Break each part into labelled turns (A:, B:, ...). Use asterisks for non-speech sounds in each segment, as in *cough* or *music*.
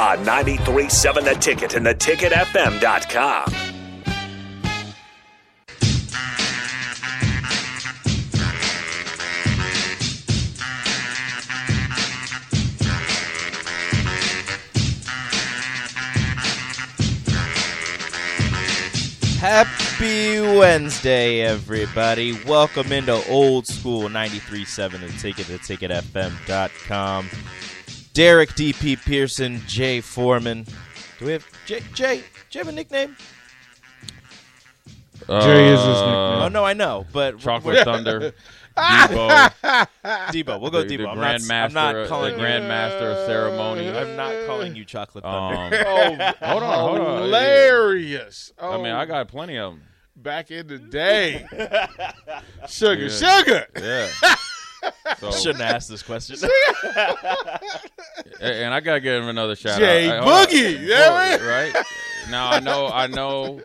A: on 93.7 The Ticket and theticketfm.com.
B: Happy Wednesday, everybody. Welcome into Old School 93.7 The Ticket, theticketfm.com. Derek D.P. Pearson, Jay Foreman. Do we have Jay? Jay, do you have a nickname?
C: Jerry is his nickname.
B: oh, no, I know, but
C: Chocolate
B: *laughs*
C: Uh, Thunder. Debo,
B: Debo. We'll go
C: the, the
B: Ah, Debo. I'm not,
C: Grand
B: I'm
C: Master,
B: not calling
C: the
B: you. Oh,
C: Grand Master
B: *laughs*
C: of Ceremony.
B: I'm not calling you Chocolate Thunder. *laughs*
C: Um,
D: hold
C: on, hold on.
D: Hilarious. Oh,
C: I mean, I got plenty of them.
D: back in the day. sugar,
C: Yeah.
D: sugar.
B: *laughs*
C: Yeah. So,
B: Shouldn't ask this question.
C: a- and I gotta give him another shout
D: Jay
C: out. I- hold on.
D: Boogie, yeah,
C: Boy, right? Now I know, I know,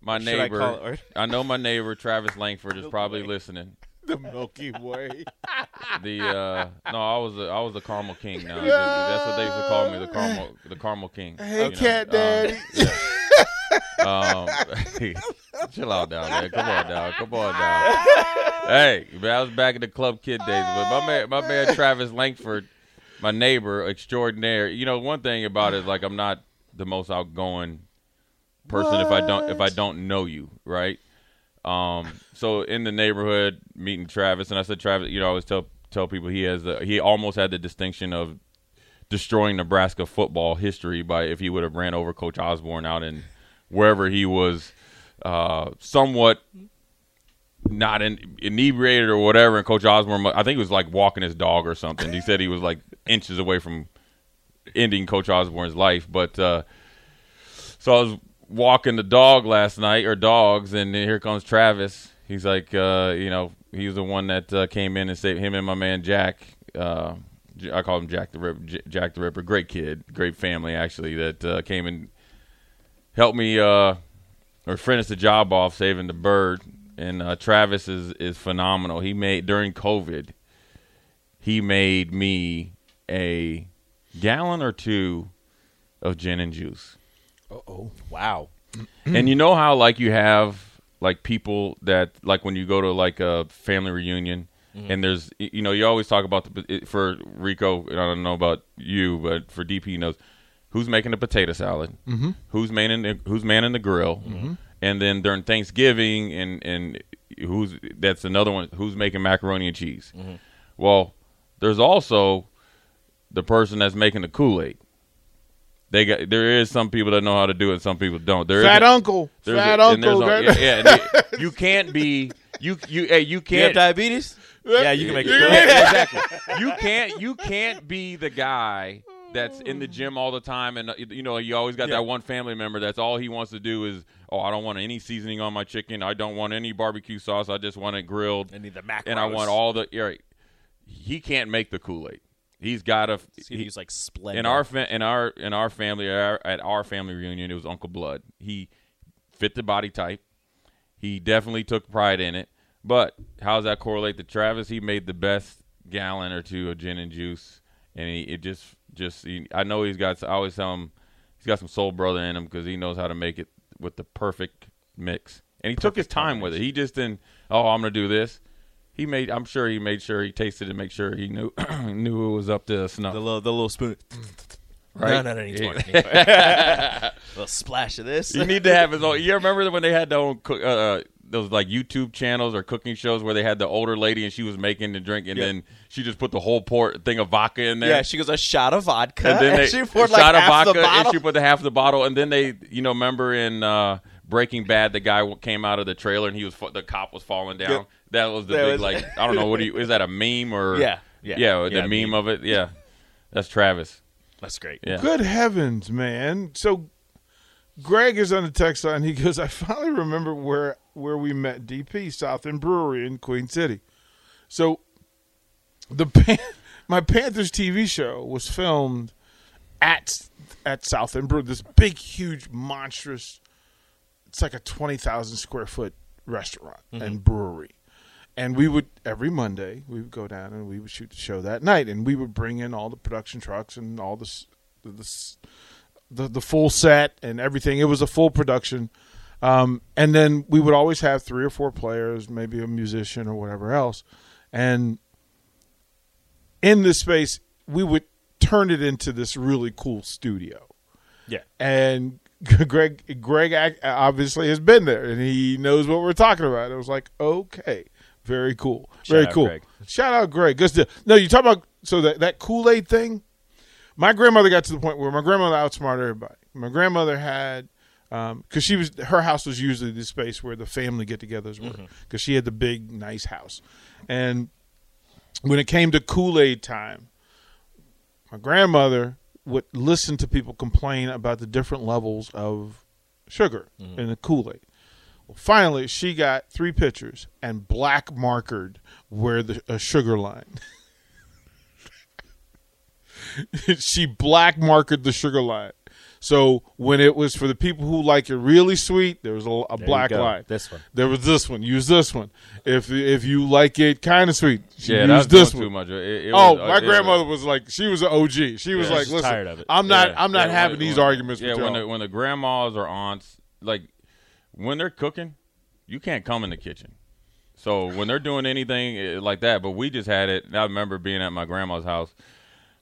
C: my
B: Should I
C: neighbor.
B: call it-
C: I know my neighbor Travis Langford is probably listening.
D: The Milky Way.
B: *laughs*
C: The uh, no, I was a, I was the caramel king. Now that's what they used to call me, the caramel the caramel king.
D: Hey,
C: you know.
D: Cat
C: Um,
D: Daddy.
C: Um, chill out down there. Come on down. Come on down. Hey, man, I was back in the club kid days, but my man, my man Travis Langford, my neighbor extraordinaire. You know, one thing about it is like I'm not the most outgoing person if I don't if I don't know you, right? Um, so in the neighborhood, meeting Travis, and I said Travis, you know, I always tell tell people he has the, he almost had the distinction of destroying Nebraska football history by if he would have ran over Coach Osborne out in wherever he was uh, somewhat not in, inebriated or whatever. And Coach Osborne, I think he was like walking his dog or something. He said he was like inches away from ending Coach Osborne's life. But uh, so I was walking the dog last night or dogs, and then here comes Travis. He's like, uh, you know, he was the one that uh, came in and saved him and my man Jack. Uh, J- I call him Jack the Ripper. J- Jack the Ripper, great kid, great family actually that uh, came and helped me uh, or finished the job off saving the bird. And uh, Travis is is phenomenal. He made during COVID, he made me a gallon or two of gin and juice.
B: wow.
C: And you know how like you have like people that like when you go to like a family reunion and there's y- you know you always talk about the it- for Rico and I don't know about you but for DP knows who's making the potato salad, mm-hmm. who's manning the, who's manning the grill, and then during Thanksgiving and and who's that's another one who's making macaroni and cheese. Well, there's also the person that's making the Kool Aid. They got there is some people that know how to do it, some people don't. There
D: Fat
C: isn't-
D: Uncle.
C: there's
D: Fat
C: a- and
D: Uncle.
C: there's
D: right?
C: a- yeah, yeah, and
B: *laughs*
C: it- you can't be you you hey you
B: You have
C: can't
B: diabetes? yeah, you can make it.
C: Yeah,
B: Go ahead.
C: yeah, exactly. You can't you can't be the guy that's in the gym all the time and uh, you know you always got
B: Yeah.
C: that one family member that's all he wants to do is oh I don't want any seasoning on my chicken I don't want any barbecue sauce I just want it grilled
B: And
C: and,
B: need the macros.
C: I want all the yeah, right. he can't make the Kool Aid he's got to
B: He's gonna use, like Splenda.
C: in our fa- in our in our family our, at our family reunion it was uncle blood he fit the body type he definitely took pride in it but how does that correlate to travis he made the best gallon or two of gin and juice and he it just just he, i know he's got i always tell him he's got some soul brother in him because he knows how to make it with the perfect mix and he took his time with it he just didn't oh i'm gonna do this he made i'm sure he made sure he tasted it make sure he knew *clears throat* knew it was up to snuff
B: the little the little spoon.
C: *laughs*
B: No,
C: Right?
B: no, no, needs
C: Yeah.
B: more. needs more.
C: *laughs*
B: little splash of this.
C: You need to have his own. You remember when they had their own cook, uh, uh, those like YouTube channels or cooking shows where they had the older lady and she was making the drink and
B: Yeah.
C: then she just put the whole port thing of vodka in there.
B: Yeah, she goes a shot of vodka. *laughs*
C: and then they
B: she poured like
C: shot a
B: half
C: vodka
B: the bottle.
C: and she put the half of the bottle and then they you know remember in uh, Breaking Bad the guy w- came out of the trailer and he was fa- the cop was falling down.
B: Yep.
C: That was the
B: That
C: big
B: was-
C: like
B: *laughs*
C: I don't know what do you is that a meme or
B: Yeah, yeah,
C: yeah, the
B: yeah,
C: meme of it yeah that's Travis
B: That's great.
C: Yeah.
D: Good heavens, man. So Greg is on the text line. He goes, I finally remember where where we met DP, South End Brewery in Queen City. So the pan- *laughs* my Panthers TV show was filmed at at South End Brewery, this big, huge, monstrous it's like a twenty thousand square foot restaurant and brewery. And we would every Monday we would go down and we would shoot the show that night, and we would bring in all the production trucks and all the s- the the, s- the, the full set and everything. It was a full production, um, and then we would always have three or four players, maybe a musician or whatever else, and in this space we would turn it into this really cool studio
B: Yeah.
D: and *laughs* Greg Greg ac- obviously has been there and he knows what we're talking about. It was like, okay, very cool, very
B: out
D: cool.
B: Greg.
D: Shout out Greg. Good stuff. No, you talk about so that that Kool Aid thing. My grandmother got to the point where my grandmother outsmarted everybody. My grandmother had because she was her house was usually the space where the family get-togethers were
B: Mm-hmm.
D: because she had the big nice house, and when it came to Kool Aid time, my grandmother would listen to people complain about the different levels of sugar in the Kool Aid. Well, finally, she got three pitchers and black markered where the a sugar line. *laughs* she black markered the sugar line. So when it was for the people who like it really sweet, there was a, a black
B: go.
D: line.
B: This one.
D: There was this one. Use this one. If if you like it kind of sweet,
C: Yeah, that was
D: use
C: doing
D: this
C: too
D: one.
C: much. It- it
D: Oh,
C: was- uh,
D: my
C: it was-
D: grandmother was like, she was an OG. She was
B: Yeah,
D: like,
B: she's
D: listen,
B: tired of it.
D: I'm not,
C: Yeah.
D: I'm not
C: Yeah,
D: having
C: when-
D: these
C: when-
D: arguments
C: Yeah,
D: with
C: when
D: y'all.
C: the, when the grandmas or aunts, like when they're cooking, you can't come in the kitchen. So when they're doing anything eh, like that, but we just had it. And I remember being at my grandma's house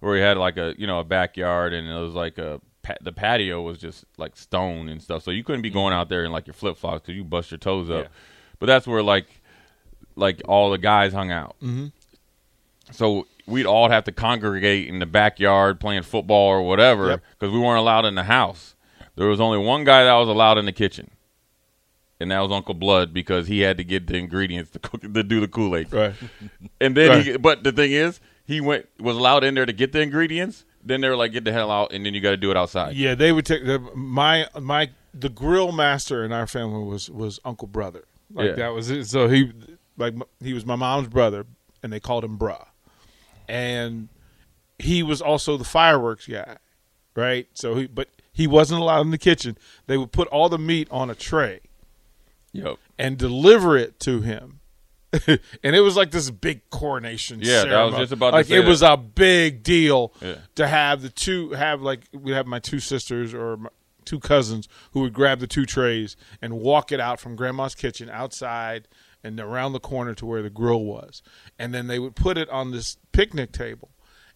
C: where we had like a you know a backyard and it was like a pa- the patio was just like stone and stuff. So you couldn't be
B: Mm-hmm.
C: going out there in like your flip flops because you bust your toes up. But that's where like like all the guys hung out. Mm-hmm. So we'd all have to congregate in the backyard playing football or whatever
D: Yep.
C: because we weren't allowed in the house. There was only one guy that was allowed in the kitchen, and that was Uncle Blood because he had to get the ingredients to cook to do the Kool Aid.
D: right.
C: And then, he, but the thing is, he went was allowed in there to get the ingredients. Then they were like, "Get the hell out!" And then you got to do it outside.
D: Yeah, they would take the, my my the grill master in our family was was Uncle Brother. Like
C: Yeah.
D: that was it. So he like m- he was my mom's brother, and they called him Bruh. And he was also the fireworks guy, right? So he but he wasn't allowed in the kitchen. They would put all the meat on a tray.
C: Yep.
D: and deliver it to him. *laughs* and it was like this big coronation.
C: Yeah, that was
D: ceremony.
C: just about to
D: like
C: say
D: it
C: that.
D: was a big deal
C: Yeah.
D: to have the two have like we have my two sisters or my two cousins who would grab the two trays and walk it out from grandma's kitchen outside and around the corner to where the grill was, and then they would put it on this picnic table,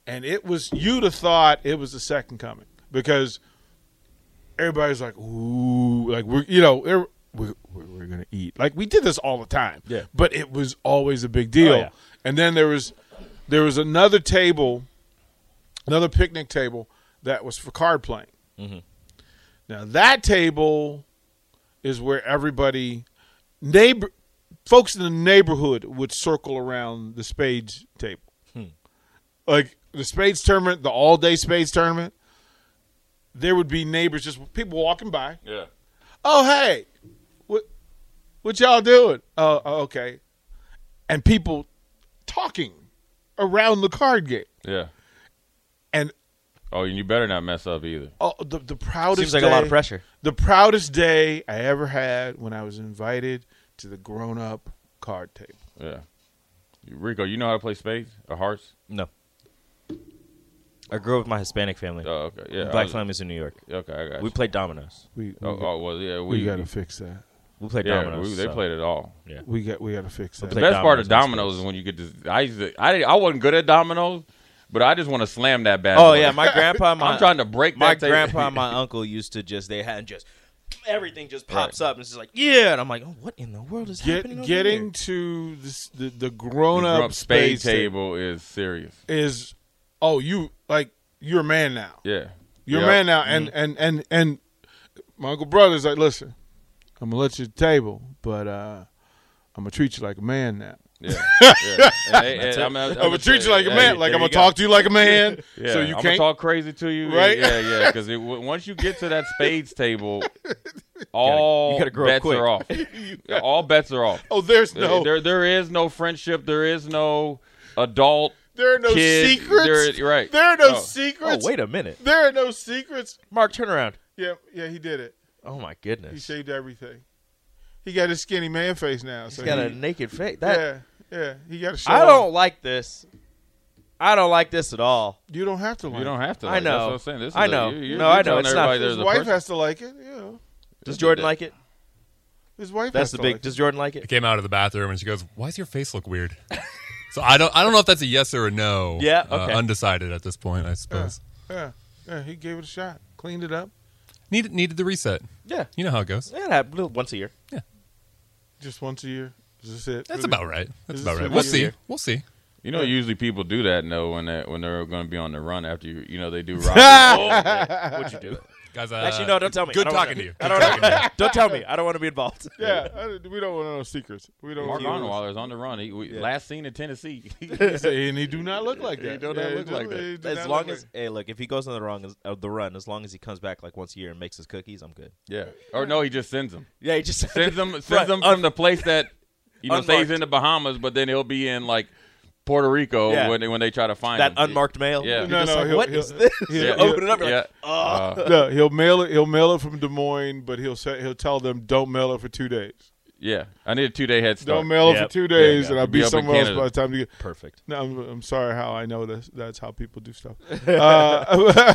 D: and it was you'd have thought it was the second coming because everybody's like, ooh, like we're you know er- we're, we're, we're gonna eat. Like we did this all the time.
B: Yeah.
D: but it was always a big deal.
B: Oh, yeah.
D: And then there was there was another table, another picnic table that was for card playing.
B: Mm-hmm.
D: Now that table is where everybody neighbor folks in the neighborhood would circle around the spades table.
B: Hmm.
D: Like the spades tournament, the all day spades tournament, there would be neighbors just people walking by.
C: Yeah.
D: Oh hey, what what y'all doing? Oh, oh, okay, and people talking around the card game,
C: Yeah.
D: and
C: Oh, and you better not mess up either.
D: oh, the the proudest
B: Seems like a lot
D: day-
B: of pressure.
D: The proudest day I ever had when I was invited to the grown up card table.
C: Yeah. Rico, you know how to play spades or hearts?
B: No. I grew up with my Hispanic family.
C: Oh, okay. Yeah. I
B: Black
C: was-
B: families in New York.
C: Okay, I got
B: We
C: you.
B: played dominoes.
D: We we,
C: Oh, oh, well, yeah, we,
D: we, gotta fix that.
B: We played
C: yeah,
B: dominoes.
C: we- they
B: so-
C: played it all.
D: We got we gotta fix that.
C: The
B: Play
C: best part of
B: dominoes and
C: dominoes is when you get this. I used to, I I wasn't good at dominoes, but I just want to slam that bad.
B: Oh
C: boy.
B: yeah,
C: *laughs*
B: my grandpa. and My,
C: I'm trying to break
B: my
C: that table.
B: grandpa and
C: *laughs*
B: my uncle used to just they had just everything just pops up and it's just like yeah, and I'm like, oh, what in the world is
D: Get,
B: happening? over
D: getting
B: here?
D: to this, the the
C: The
D: grown
C: grump
D: up
C: spade
D: space
C: table is serious.
D: is oh you like you're a man now.
C: Yeah,
D: You're
C: Yep.
D: a man now, and and and and my uncle brother's like, listen, I'm gonna let you at the table, but uh, I'm gonna treat you like a man now.
C: Yeah. yeah. And they- and
D: *laughs*
C: I'm,
D: I'm gonna treat you like a man. Like I'm gonna talk to you like a man.
C: Yeah,
D: so you
C: I'm
D: can't.
C: gonna talk crazy to you,
D: Right?
C: Yeah, yeah. Because once you get to that spades
D: *laughs*
C: table, all
B: gotta grow
C: bets
B: quick.
C: are off. all bets are off.
D: oh, there's no. There,
C: There, there is no friendship. There is no adult.
D: are no
C: kid,
D: secrets.
C: there- right.
D: There are no
C: No.
B: Oh,
D: secrets.
B: wait a minute.
D: There are no secrets.
B: Mark, turn around.
D: Yeah, yeah. He did it.
B: Oh my
D: He
B: goodness.
D: shaved everything. He got his skinny man face now. So
B: He's got
D: he,
B: a naked face. That
D: yeah, yeah. He got a. show.
B: I
D: off.
B: don't like this. I don't like this at all.
D: You don't have to like.
C: You don't
D: it.
C: have to.
B: I
C: Like,
B: know.
C: That's what I'm saying. This is
B: I
C: a-
B: know.
C: you- you-
B: No,
C: you're
B: I know.
C: telling
B: It's not-
C: everybody there's
D: His
C: a
D: wife
C: person.
D: has to like it. Yeah.
B: Does Jordan like it?
D: His wife. has
B: That's the
D: to
B: big.
D: Like it.
B: Does Jordan like it?
E: came out of the bathroom and she goes, "Why does your face look weird?" so I don't I don't know if that's a yes or a no.
B: Yeah,
E: Uh,
B: okay.
E: undecided at this point, I suppose.
D: Yeah, yeah. He gave it a shot. Cleaned it up.
E: Needed needed the reset.
B: Yeah.
E: You know how it goes.
B: That happens once a year.
D: Just once a year. Is this it?
E: That's
D: Really?
E: about right.
D: This
E: That's
D: is
E: about right.
D: what
E: We'll
D: we
E: see.
D: do.
E: We'll see.
C: You know, usually people do that though when they when they're going to be on the run after you. You know,
D: *laughs*
C: they do rob. what you do?
E: Guys, uh,
B: Actually, no. Don't tell me.
E: Good
B: I don't wanna-
E: talking
B: *laughs*
E: to you.
B: I don't, wanna- don't tell me. I don't want to be involved.
D: *laughs* Yeah. I- we don't want no secrets. We don't.
C: Mark
D: want no-
C: Onwalder's on the run. He, we, Last seen in Tennessee. *laughs*
D: and he do not look like that.
C: He do not
D: Yeah,
C: look
D: do-
C: like that.
D: he do
B: As
D: not
B: long
D: look
B: as hey, look, if he goes on the wrong uh, the run, as long as he comes back like once a year and makes his cookies, I'm good.
C: yeah. Or no, he just sends them.
B: Yeah, he just
C: Sends them. Sends
B: Right.
C: them from the place that you know say he's
B: Unmarked.
C: in the Bahamas, but then he'll be in like Puerto Rico
B: Yeah.
C: when they, when they try to find
B: that
C: him.
B: unmarked mail.
C: Yeah.
B: You're
C: No,
B: just
D: no,
B: like,
D: he'll-
B: what
D: he'll- *laughs*
B: is this? *laughs*
D: he'll-
B: You
C: Yeah. *laughs*
B: open it up. You're
C: Yeah.
B: like, oh.
C: Uh,
D: No, he'll mail it. He'll mail it from Des Moines, but he'll say, he'll tell them don't mail it for two days.
C: yeah. I need a two day head start.
D: Don't mail it
B: Yep.
D: for two
B: There you
D: days,
B: go.
D: and I'll
C: Be
D: be,
C: up in
D: somewhere else
C: Canada.
D: by the time you get.
B: perfect.
D: No, I'm, I'm sorry how I know this. That's how people do
B: *laughs*
D: stuff. Uh,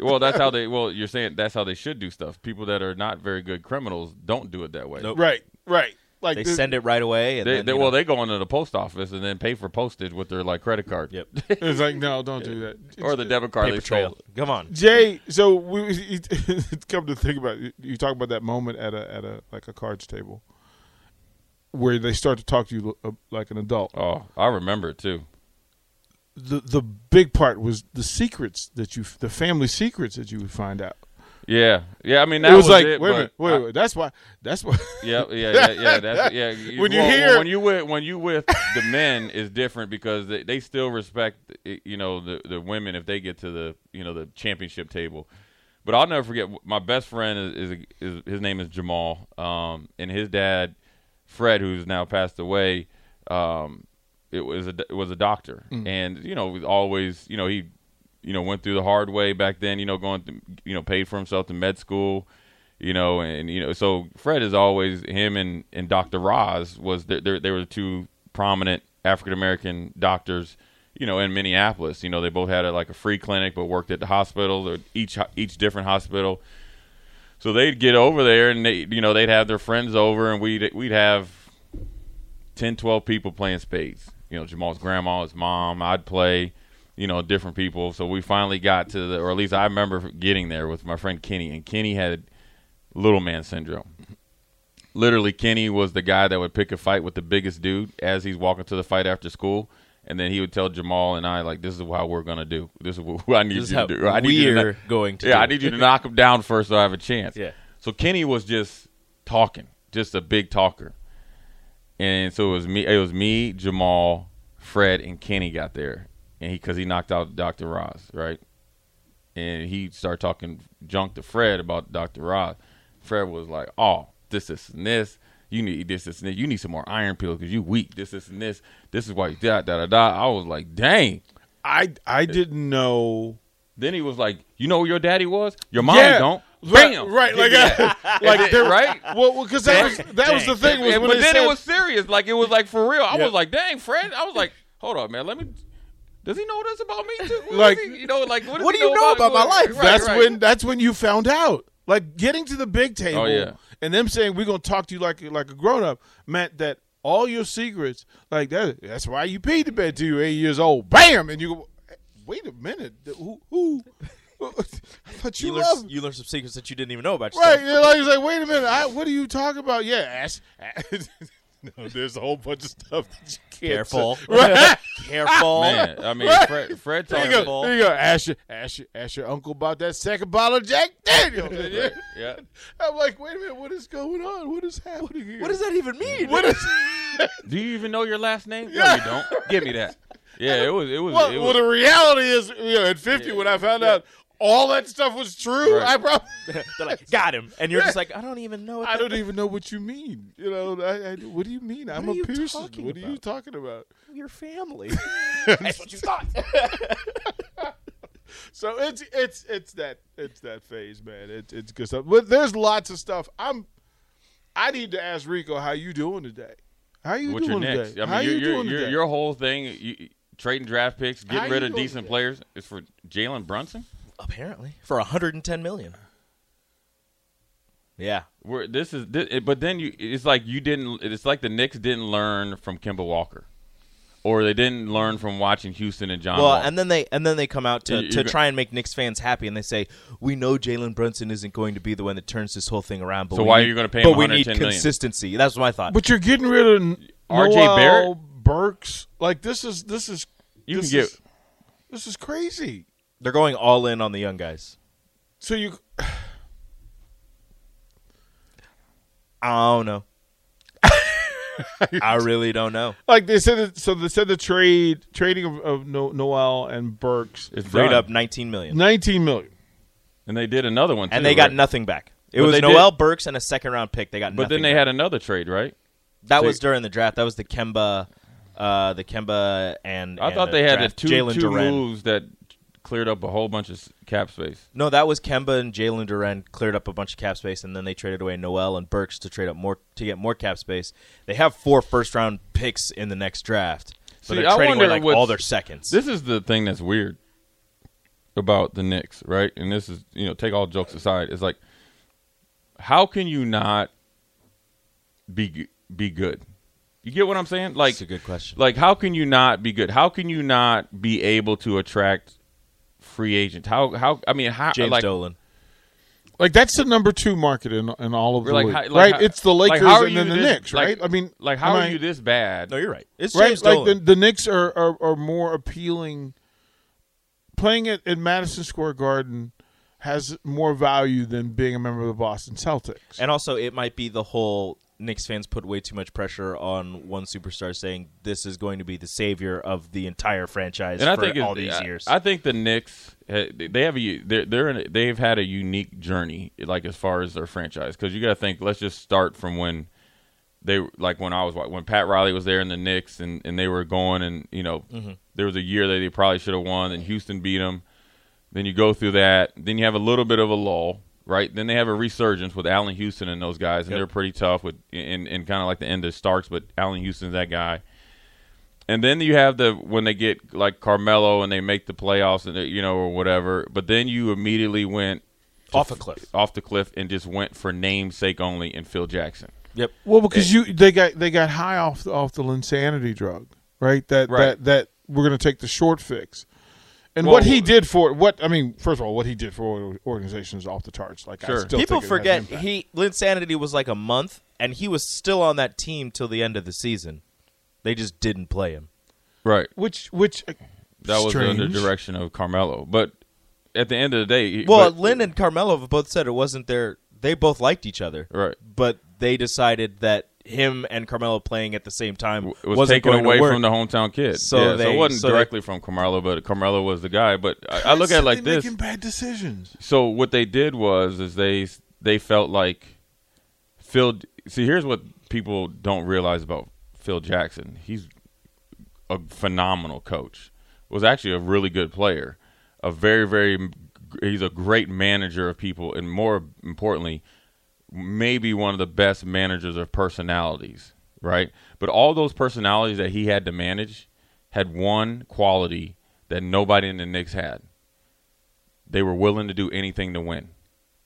C: well, that's
D: *laughs*
C: how they. Well, you're saying that's how they should do stuff. People that are not very good criminals don't do it that way.
B: Nope.
D: right, right. Like
B: They
D: this-
B: send it right away. And
C: They,
B: then,
C: they,
B: you
C: well,
B: know,
C: they go into the post office and then pay for postage with their like credit card.
B: Yep.
D: It's like no, don't do that.
C: or the debit card
B: paper
C: they
B: trail.
C: stole.
B: Come on.
D: Jay, so we *laughs* come to think about it, you talk about that moment at a at a like a cards table where they start to talk to you uh, like an adult.
C: Oh, I remember it too.
D: The the big part was the secrets that you the family secrets that you would find out.
C: Yeah, yeah. I mean, that
D: it was, like
C: it,
D: wait a
C: but
D: minute, wait,
C: I-
D: a minute. That's why. That's why. *laughs*
C: Yeah, yeah, yeah, yeah. That's, yeah.
D: When you
C: well, well,
D: hear-
C: when you with when you with the men is different because they, they still respect eh, you know the the women if they get to the you know the championship table. But I'll never forget my best friend is, is, is his name is Jamal, um, and his dad, Fred, who's now passed away, um, it was a it was a doctor,
D: Mm.
C: and you know was always you know he you know went through the hard way back then, you know going through, you know paid for himself to med school, you know, and you know, so Fred is always him and and Dr. Roz was there. There, there were two prominent African American doctors, you know, in Minneapolis. You know, they both had a, like a free clinic, but worked at the hospitals or each each different hospital. So they'd get over there, and they, you know, they'd have their friends over, and we'd we'd have 10, 12 people playing spades. You know, Jamal's grandma, his mom, I'd play, you know, different people. So we finally got to the, or at least I remember getting there with my friend Kenny, and Kenny had little man syndrome. Literally, Kenny was the guy that would pick a fight with the biggest dude as he's walking to the fight after school. And then he would tell Jamal and I, like, this is how we're going to do. This is what *laughs* I need
B: This is
C: you
B: how
C: to do. I need you to
B: we're
C: kno-
B: going to
C: Yeah,
B: do
C: I
B: it.
C: need you to knock him down first so I have a chance.
B: Yeah.
C: So Kenny was just talking, just a big talker and so it was me. It was me, Jamal, Fred, and Kenny got there, and he because he knocked out Dr. Roz, right? And he started talking junk to Fred about Dr. Roz. Fred was like, "Oh, this, this, and this. You need this, this, and this. You need some more iron pills because you weak. This, this, and this. This is why you da da da da." I was like, "Dang."
D: I I didn't know.
C: Then he was like, "You know who your daddy was? Your mom
D: Yeah.
C: don't."
D: Right,
C: Bam!
D: right, like *laughs*
C: Yeah. *laughs*
D: like there,
C: right?
D: Well, because that was that was the thing was
C: And-
D: when
C: but
D: they
C: then
D: said,
C: it was serious. Like it was like for real. I
D: Yeah.
C: was like, dang, Fred. I was like, hold up, man. Let me. Does he know this about me too? What is
D: Like-
C: he- you know, like what, does
B: What
C: he
B: do you know about my
C: Right,
B: life?
C: right,
D: that's
C: right.
D: when that's when you found out. Like getting to the big table
C: Oh, yeah.
D: and them saying we're gonna talk to you like like a grown up meant that all your secrets like that that's why you peed the bed till you were eight years old. Bam and you go wait a minute th- who who *laughs* I thought you,
B: You learn,
D: loved
B: you learn some secrets that you didn't even know about yourself.
D: Right, you know, like, he's like, wait a minute, I, what are you talking about? Yeah, ass. *laughs* No, there's a whole bunch of stuff that you can't.
B: *laughs* Careful.
D: say. *laughs* Right.
B: Careful.
C: Man, I mean, Fred, Fred
D: There
C: talks.
D: you go. There you go. Ask your, ask your, ask your uncle about that second bottle of Jack Daniels.
C: Yeah.
D: I'm like, wait a minute, what is going on? What is happening here?
B: *laughs* What does that *laughs* even mean?
D: What is?
C: Do you even know your last name? No, you don't. Give me that. Yeah, it was. It was.
D: well,
C: it
D: well,
C: was
D: the reality is, you know, at 50, when I found out all that stuff was true,
C: Right.
D: I probably
B: They're like, got him. And you're just like, I don't even know. What
D: I
B: that
D: don't even know what you mean. You know, I, I, what do you mean? I'm
B: are
D: a
B: you
D: Pearson.
B: talking
D: What are you
B: about?
D: talking about?
B: your family. *laughs* That's what you thought.
D: So it's it's it's that it's that phase, man. It's it's good stuff. But there's lots of stuff. I'm I need to ask Rico how you doing today. How you
C: what you're
D: doing
C: next.
D: today?
C: I mean,
D: how
C: your,
D: you
C: your,
D: doing
C: your,
D: today?
C: your whole thing, you, trading draft picks,
D: How
C: getting
D: you
C: rid of
D: doing
C: decent
D: today?
C: players, is for Jalen Brunson.
B: *laughs* Apparently, for 110 million. Yeah.
C: Where this is, thi- but then you, it's like you didn't. It's like the Knicks didn't learn from Kemba Walker, or they didn't learn from watching Houston and John.
B: Well,
C: Wall.
B: and then they and then they come out
C: You-
B: to,
C: you
B: to
C: go-
B: try and make Knicks fans happy, and they say, "We know Jalen Brunson isn't going to be the one that turns this whole thing around." But
C: So
B: we
C: why are
B: need-
C: you gonna pay him
B: But we need
C: 110 million?
B: consistency. That's what I thought.
D: but you're getting rid of
C: R.J.
D: Noel
C: Barrett?
D: Burks. Like this is this is
C: You
D: this
C: can get-
D: is, this is crazy.
B: They're going all in on the young guys.
D: So you
B: I don't
C: *laughs*
B: know. I really don't know.
D: like they said that, so they said the trade trading of, of no- Noel and Burks
C: it's
B: Right
C: done.
B: up 19 million,
D: nineteen million.
C: and they did another one,
B: and
C: too,
B: they got
C: right?
B: nothing back. It
C: But
B: was
C: they
B: Noel
C: did-
B: Burks and a second round pick. They got.
C: But
B: nothing
C: then they
B: back.
C: had another trade, right?
B: That
C: They-
B: was during the draft. That was the Kemba, uh, the Kemba and
C: I
B: and
C: thought
B: the
C: they had the
B: draft.
C: two
B: Jalen
C: two
B: Duren.
C: moves that cleared up a whole bunch of s- cap space.
B: No, that was Kemba and Jalen Duran cleared up a bunch of cap space, and then they traded away Noel and Burks to trade up more to get more cap space. They have four first round picks in the next draft, but
C: See,
B: they're
C: I
B: trading away
C: wonder
B: like
C: what's-
B: all their seconds.
C: This is the thing that's weird about the Knicks, right? And this is, you know, take all jokes aside. It's like, how can you not be g- be good? You get what I'm saying? Like,
B: That's a good question.
C: Like, how can you not be good? How can you not be able to attract free agents? How how I mean, how
B: James
C: like
B: Dolan.
D: Like that's the number two market in in all of the
C: Like,
D: league,
C: how- like,
D: right?
C: how-
D: it's the
C: like,
D: Lakers
C: how are
D: and
C: you
D: then the
C: this-
D: Knicks,
C: like-
D: right? I mean,
C: Like, how
D: am
C: are
D: I-
C: you this bad?
B: No, you're right. It's
D: right?
B: James
D: like the,
B: Dolan.
D: the Knicks are, are are more appealing. Playing at, at Madison Square Garden has more value than being a member of the Boston Celtics.
B: and also, it might be the whole Knicks fans put way too much pressure on one superstar, saying this is going to be the savior of the entire franchise
C: and I
B: for
C: think it's-
B: all these
C: I-
B: years.
C: I think the Knicks eh, they have a u- they're, they're in, a- they've had a unique journey like as far as their franchise because you got to think. Let's just start from when they like when I was wa- when Pat Riley was there in the Knicks and and they were going and you know
B: Mm-hmm.
C: there was a year that they probably should have won and Houston beat them. Then you go through that. Then you have a little bit of a lull, right? Then they have a resurgence with Allen Houston and those guys, and
B: Yep.
C: they're pretty tough with and, and kind of like the end of Starks, but Allen Houston's that guy. And then you have the when they get like Carmelo and they make the playoffs and they- you know or whatever. But then you immediately went
B: Off a cliff.
C: off the cliff and just went for namesake only and Phil Jackson.
B: Yep.
D: Well, because
C: Eh.
D: you they got they got high off the, off the insanity drug, right? That
C: Right.
D: that that we're going to take the short fix. And
C: Well,
D: what he
C: wh-
D: did for what I mean, first of all, what he did for our organization is off the charts. Like I
C: Sure.
D: still
B: People
D: think it has
B: forget
D: impact.
B: he Linsanity was like a month, and he was still on that team till the end of the season. They just didn't play him.
C: Right.
D: which which
B: uh,
C: That was under
D: strange.
C: direction of Carmelo. But at the end of the day, he-
B: Well,
C: but-
B: Lynn and Carmelo have both said it wasn't their. They both liked each other,
C: Right.
B: But they decided that him and Carmelo playing at the same time
C: it was
B: wasn't
C: taken
B: going
C: away
B: to work.
C: from the hometown kid.
B: So
C: yeah, so
B: they-
C: it wasn't
B: so they-
C: directly from Carmelo, but Carmelo was the guy. But I, I look at it like
D: Constantly
C: this:
D: making bad decisions.
C: so what they did was is they they felt like Phil. See, here's what people don't realize about Phil Jackson. He's a phenomenal coach. Was actually a really good player. A very very he's a great manager of people, and more importantly, maybe one of the best managers of personalities. Right, but all those personalities that he had to manage had one quality that nobody in the Knicks had they were willing to do anything to win,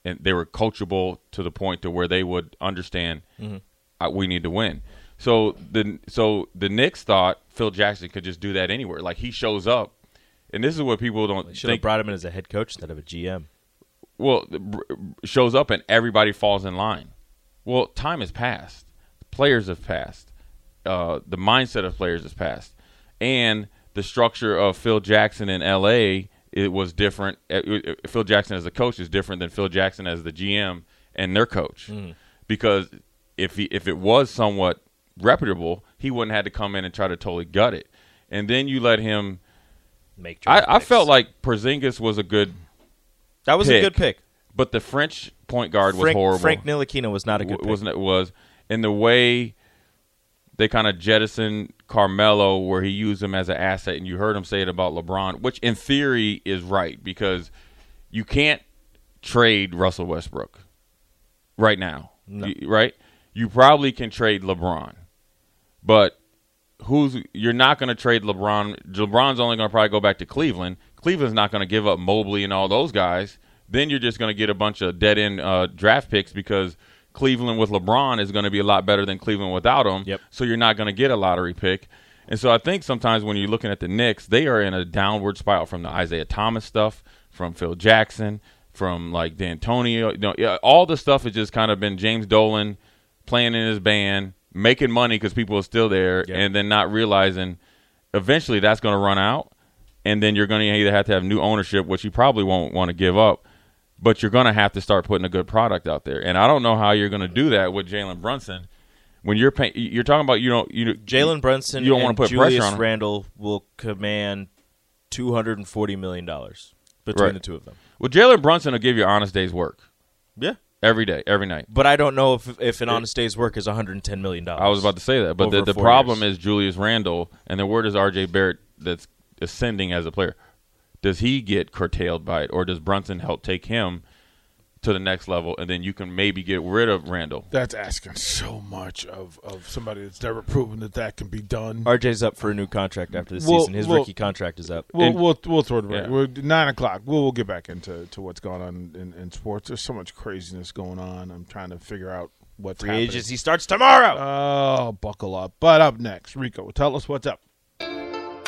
C: and they were coachable to the point to where they would understand "I- we need to win. So the so the Knicks thought Phil Jackson could just do that anywhere. Like he shows up, and this is what people don't
B: Should have
C: think.
B: brought him in as a head coach instead of a GM.
C: well, the- br- shows up and everybody falls in line. Well, time has passed. Players have passed. uh, the mindset of players is past, and the structure of Phil Jackson in L.A. It was different. uh, uh, Phil Jackson as a coach is different than Phil Jackson as the GM and their coach, because if he, if it was somewhat reputable, he wouldn't have had to come in and try to totally gut it, and then you let him.
B: Make
C: I,
B: draft
C: I
B: picks.
C: felt like Porzingis was a good,
B: that was a
C: pick.
B: good pick.
C: but the French point guard was
B: Frank,
C: horrible.
B: Frank Ntilikina was not a good
C: W-
B: pick.
C: wasn't it was and the way they kind of jettisoned Carmelo where he used him as an asset and you heard him say it about LeBron which in theory is right because you can't trade Russell Westbrook right now You- right you probably can trade LeBron but who's you're not going to trade LeBron LeBron's only going to probably go back to Cleveland Cleveland's not going to give up Mobley and all those guys then you're just going to get a bunch of dead end uh, draft picks because Cleveland with LeBron is going to be a lot better than Cleveland without him.
B: Yep.
C: So you're not going to get a lottery pick. And so I think sometimes when you're looking at the Knicks, they are in a downward spiral from the Isaiah Thomas stuff, from Phil Jackson, from like D'Antonio. You know, yeah, all the stuff has just kind of been James Dolan playing in his band, making money because people are still there,
B: Yeah.
C: and then not realizing eventually that's going to run out, and then you're going to either have to have new ownership, which you probably won't want to give up, but you're going to have to start putting a good product out there. And I don't know how you're going to do that with Jalen Brunson when you're paying. You're talking about you don't you
B: Jalen Brunson
C: You don't wanna
B: and
C: put pressure
B: Julius
C: on him.
B: Randle will command two hundred and forty million dollars between
C: Right.
B: the two of them.
C: Well, Jalen Brunson will give you an honest day's work
B: Yeah,
C: every day, every night.
B: but I don't know if if an honest day's work is one hundred and ten million dollars.
C: I was about to say that, but
B: Over
C: the, the
B: four
C: problem
B: years.
C: is Julius Randle, and then where does R.J. Barrett that's ascending as a player? Does he get curtailed by it, or does Brunson help take him to the next level, and then you can maybe get rid of Randle?
D: That's asking so much of, of somebody that's never proven that that can be done.
B: RJ's up for a new contract after the
D: Well,
B: season. His
D: well-
B: rookie contract is up.
D: We'll,
C: And-
D: we'll we'll throw it away.
C: Yeah.
D: We're nine o'clock. We'll we'll get back into to what's going on in, in sports. There's so much craziness going on. I'm trying to figure out what's
B: Free
D: happening.
B: agency starts tomorrow.
D: Oh, buckle up! But up next, Rico, tell us what's up.